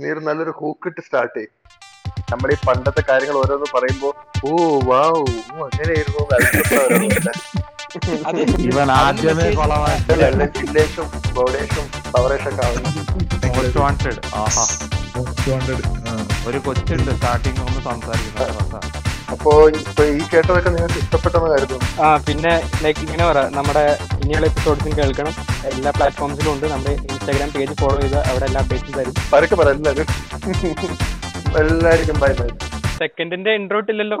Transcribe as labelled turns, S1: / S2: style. S1: നീ ഒരു നല്ലൊരു ഹൂക്കിട്ട് സ്റ്റാർട്ട് ചെയ്യും നമ്മുടെ ഈ പണ്ടത്തെ കാര്യങ്ങൾ ഓരോന്ന് പറയുമ്പോ ഓ വാവ് ഓ, അങ്ങനെയായിരുന്നു എന്ന് അത്ഭുതം ഓരോന്നുണ്ട്.
S2: ഇവൻ ആദ്യമേ കൊളമായിട്ട്
S1: അല്ല, അല്ല, ചില്ലേഷും ഗോഡേഷും പവറേഷും ഒക്കെ ആവുന്നു
S2: മോസ്റ്റ് വാണ്ടഡ് ആഹാ ഒരു കൊച്ചുണ്ട് സ്റ്റാർട്ടിങ് ഒന്ന് സംസാരിക്കുന്നത് റസ.
S1: അപ്പോ ഇപ്പൊ ഈ കേട്ടതൊക്കെ നിങ്ങൾക്ക് ഇഷ്ടപ്പെട്ടെന്ന് കരുതുന്നു
S3: ആ പിന്നെ ലൈക്ക് ഇങ്ങനെ പറ നമ്മുടെ ഇനിയുള്ള എപ്പിസോഡ്സും കേൾക്കണം എല്ലാ പ്ലാറ്റ്ഫോംസിലും ഉണ്ട് നമ്മുടെ ഇൻസ്റ്റാഗ്രാം പേജ് ഫോളോ ചെയ്ത് അവിടെ എല്ലാ പേജും തരും
S1: പരക്കെ പറ എല്ലാരും എല്ലാവർക്കും ബൈ ബൈ
S3: സെക്കൻഡിന്റെ ഇൻട്രോട്ട് ഇല്ലല്ലോ